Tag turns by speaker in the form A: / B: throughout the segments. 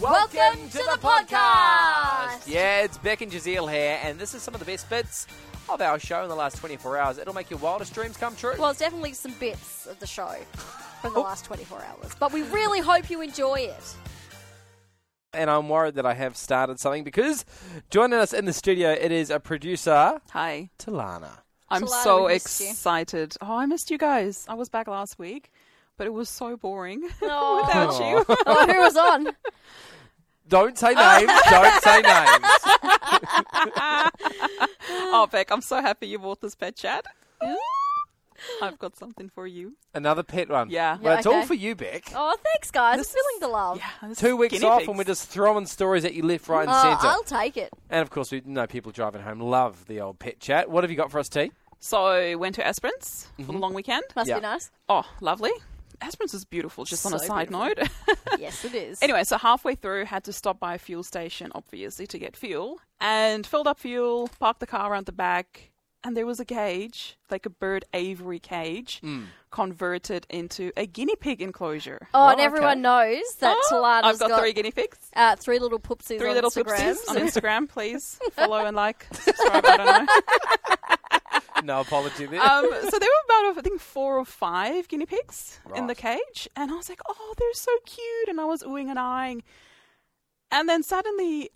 A: Welcome to the podcast.
B: Yeah, it's Beck and Giselle here, and this is some of the best bits of our show in the last 24 hours. It'll make your wildest dreams come true.
A: Well, it's definitely some bits of the show from the
C: Oh.
A: last 24 hours, but we really hope you enjoy it.
B: and I'm worried that I have started something because joining us in the studio, it is a producer,
C: Hi.
B: Talana.
C: I'm
A: Talana,
C: so
A: we missed you.
C: excited. Oh, I missed you guys. I was back last week, but it was so boring
A: Oh.
C: without you.
A: Oh, who was on?
B: Don't say names. don't say names.
C: oh, Beck, I'm so happy you bought this pet chat. I've got something for you.
B: Another pet one.
C: Yeah.
B: Well,
A: Yeah,
B: it's all
A: okay.
B: for you, Beck.
A: Oh, thanks, guys.
C: This
A: I'm feeling the love.
C: Yeah, this
B: Two
C: is
B: weeks
C: guinea
B: off,
C: pigs.
B: and we're just throwing stories at you left, right, and
A: Oh,
B: centre.
A: I'll take it.
B: And of course, we know people driving home love the old pet chat. What have you got for us, T?
C: So, went to Esperance
B: Mm-hmm.
C: for the long weekend.
A: Must
B: Yeah.
A: be nice.
C: Oh, lovely. Esperance is beautiful, just on a
A: So
C: side
A: beautiful.
C: note.
A: Yes, it is.
C: Anyway, so halfway through, had to stop by a fuel station, obviously, to get fuel, and filled up fuel, parked the car around the back, and there was a cage, like a bird aviary cage, converted into a guinea pig enclosure.
A: Oh, and
B: Oh, okay.
A: everyone knows that
C: Oh,
A: Talana's
C: I've got, three guinea pigs,
A: uh, three little poopsies
C: three
A: on
C: little
A: Instagram.
C: poopsies on Instagram. Please follow and like. Subscribe, I don't know.
B: No apology there.
C: um, so there were about I think four or five guinea pigs in the
B: Right.
C: cage, and I was like, "Oh, they're so cute!" And I was oohing and eyeing, and then suddenly,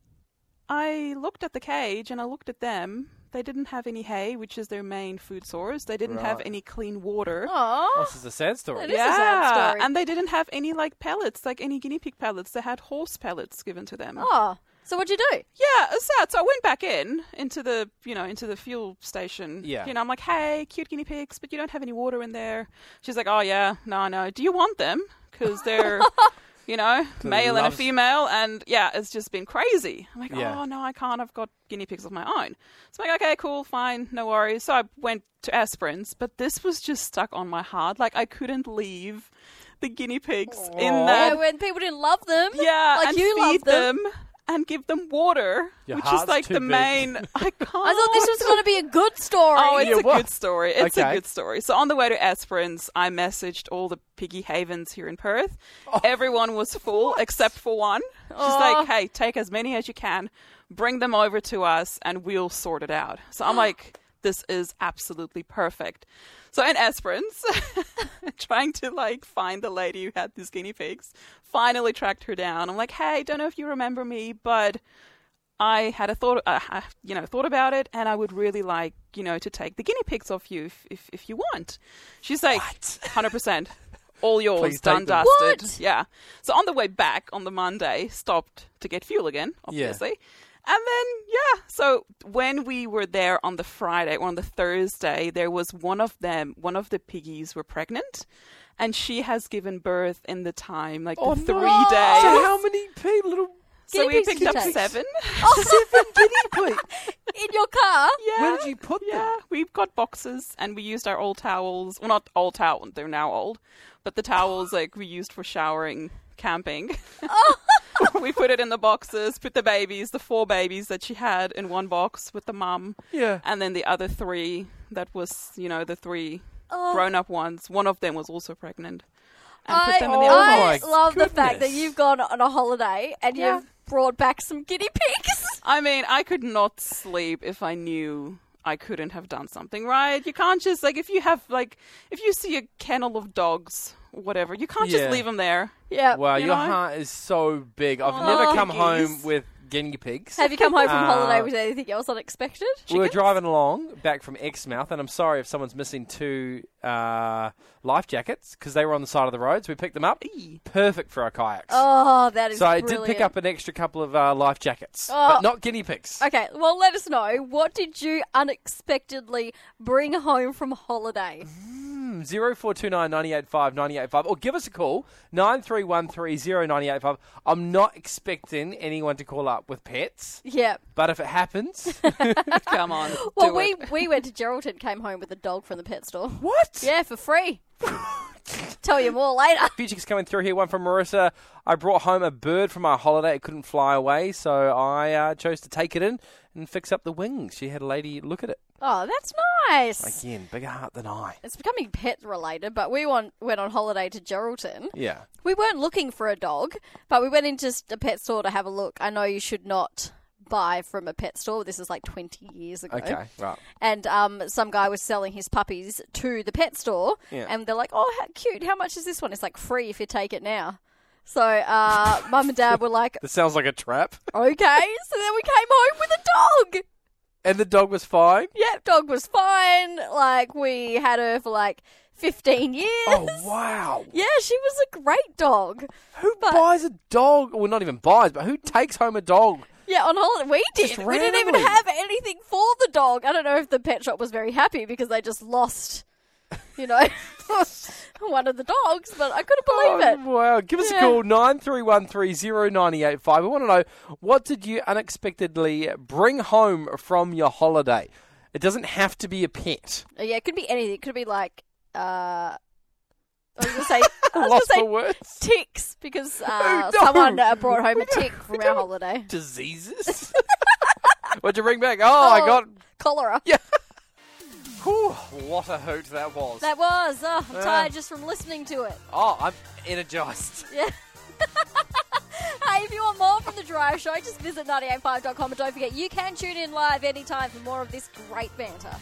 C: I looked at the cage and I looked at them. They didn't have any hay, which is their main food source. They didn't have
B: Right.
C: any clean water.
A: Oh,
B: this is a sad story.
A: It is. a sad story.
C: and they didn't have any like pellets, like any guinea pig pellets. They had horse pellets given to them.
A: oh. So what'd you do?
C: Yeah, it's sad. So I went back in into the you know into the fuel station.
B: Yeah.
C: you know I'm like, hey, cute guinea pigs, but you don't have any water in there. She's like, oh yeah, no, no. Do you want them? Because they're you know
B: the
C: male and a
B: loves-
C: female, and yeah, it's just been crazy. I'm like,
B: Yeah.
C: oh no, I can't. I've got guinea pigs of my own. So I'm like, okay, cool, fine, no worries. So I went to aspirins, but this was just stuck on my heart. Like I couldn't leave the guinea pigs in
B: Aw.
C: that
A: Yeah, when people didn't love them.
C: Um, yeah,
A: like
C: and
A: you
C: feed
A: love them.
C: and give them water,
B: Your
C: which is
B: heart's
C: like
B: too
C: the
B: big.
C: main. I can't.
A: I thought this was going to be a good story.
C: Oh, it's
B: Yeah,
C: a
B: what?
C: good story. It's
B: Okay.
C: a good story. So on the way to Esperance, I messaged all the piggy havens here in Perth.
B: Oh.
C: Everyone was full except for one. She's like, "Hey, take as many as you can, bring them over to us, and we'll sort it out." So I'm like, "This is absolutely perfect." So in Esperance, trying to like find the lady who had these guinea pigs, finally tracked her down. I'm like, "Hey, don't know if you remember me, but." I had a thought, uh, I- you know, thought about it, and I would really like, you know, to take the guinea pigs off you if if, if you want. She's like, hundred percent, all yours,
B: Please take
C: done,
B: them.
C: dusted.
A: What?
C: Yeah. So on the way back on the Monday, stopped to get fuel again,
B: Yeah.
C: obviously. And then, yeah, so when we were there on the Friday or on the Thursday, there was one of them, one of the piggies were pregnant, and she has given birth in the time, like the three days.
B: Oh, So how many pe- little
C: So
A: Guinea
C: we
A: pigs
C: picked
A: you
C: up
A: take?
C: seven. Oh,
B: seven guinea pigs?
A: Oh, in your car.
C: Yeah.
B: Where did you put them?
C: Yeah, we've got boxes and we used our old towels. Well, not old towels, they're now old, but the towels like we used for showering, camping. we put it in the boxes, put the babies, the four babies that she had in one box with the mum,
B: Yeah.
C: and then the other three that was, you know, the three
A: Oh.
C: grown up ones. One of them was also pregnant. And
A: I,
C: put them in the
B: Oh
C: other
A: I
C: box.
B: my
A: love the fact that
B: goodness.
A: you've gone on a holiday and
C: Yeah.
A: you've brought back some guinea pigs.
C: I mean, I could not sleep if I knew I couldn't have done something right. You can't just like if you have like if you see a kennel of dogs, whatever, you can't
B: Yeah.
C: just leave them there.
A: Yeah.
B: Wow,
C: You
B: your
C: know?
B: heart is so big. I've never
C: Oh,
B: come
C: geez.
B: home with guinea pigs.
A: Have you come home from
B: Uh,
A: holiday with anything else unexpected?
B: we were driving along back from Exmouth, and I'm sorry if someone's missing two uh, life jackets because they were on the side of the road. So we picked them up.
C: Eee.
B: Perfect for our kayaks.
A: Oh, that is
B: so I
A: brilliant.
B: did pick up an extra couple of uh, life jackets,
A: Oh.
B: but not guinea pigs.
A: Okay, well, let us know. What did you unexpectedly bring home from holiday?
B: Mm-hmm. Zero four two nine ninety eight five ninety eight five, or give us a call nine three one three zero ninety eight five. I'm not expecting anyone to call up with pets,
A: Yeah.
B: but if it happens,
C: Come on.
A: Well,
C: do
A: we,
C: it.
A: we went to Geraldton, came home with a dog from the pet store.
B: what?
A: Yeah, for free. Tell you more later.
B: Fujik's coming through here. One from Marissa. I brought home a bird from our holiday. It couldn't fly away, so I uh, chose to take it in and fix up the wings. She had a lady look at it.
A: Oh, that's nice.
B: Again, bigger heart than I.
A: It's becoming pet related, but we want, went on holiday to Geraldton.
B: Yeah.
A: We weren't looking for a dog, but we went into a pet store to have a look. I know you should not buy from a pet store. This is like 20 years ago.
B: Okay, right.
A: And um, some guy was selling his puppies to the pet store.
B: Yeah.
A: And they're like, oh, how cute. How much is this one? It's like free if you take it now. So uh, mum and dad were like,
B: This sounds like a trap.
A: okay. So then we came home with a dog.
B: And the dog was fine.
A: Yep, dog was fine. Like, we had her for like 15 years.
B: Oh wow!
A: Yeah, she was a great dog.
B: Who
A: But-
B: buys a dog? Well, not even buys, but who takes home a dog?
A: Yeah, on holiday. We
B: Just
A: did. We didn't even
B: randomly.
A: have anything for the dog. I don't know if the pet shop was very happy because they just lost, you know, one of the dogs, but I couldn't believe
B: Oh,
A: it.
B: wow! Give us a
A: Yeah.
B: call nine three one three zero ninety eight five. We want to know what did you unexpectedly bring home from your holiday? It doesn't have to be a pet.
A: Yeah, it could be anything. It could be like, uh, I was going to say, I was
B: Lost for
A: going to
B: words.
A: say ticks because uh,
B: no.
A: someone uh, brought home
B: We
A: a tick from our holiday.
B: Diseases. What'd you bring back? Oh, I
A: Oh.
B: got.
A: Cholera.
B: Whew, what a hoot that was.
A: That was. Oh, I'm
B: Yeah.
A: tired just from listening to it.
B: oh, I'm energized.
A: Yeah. hey, if you want more from The Drive Show, just visit 985.com and don't forget you can tune in live anytime for more of this great banter.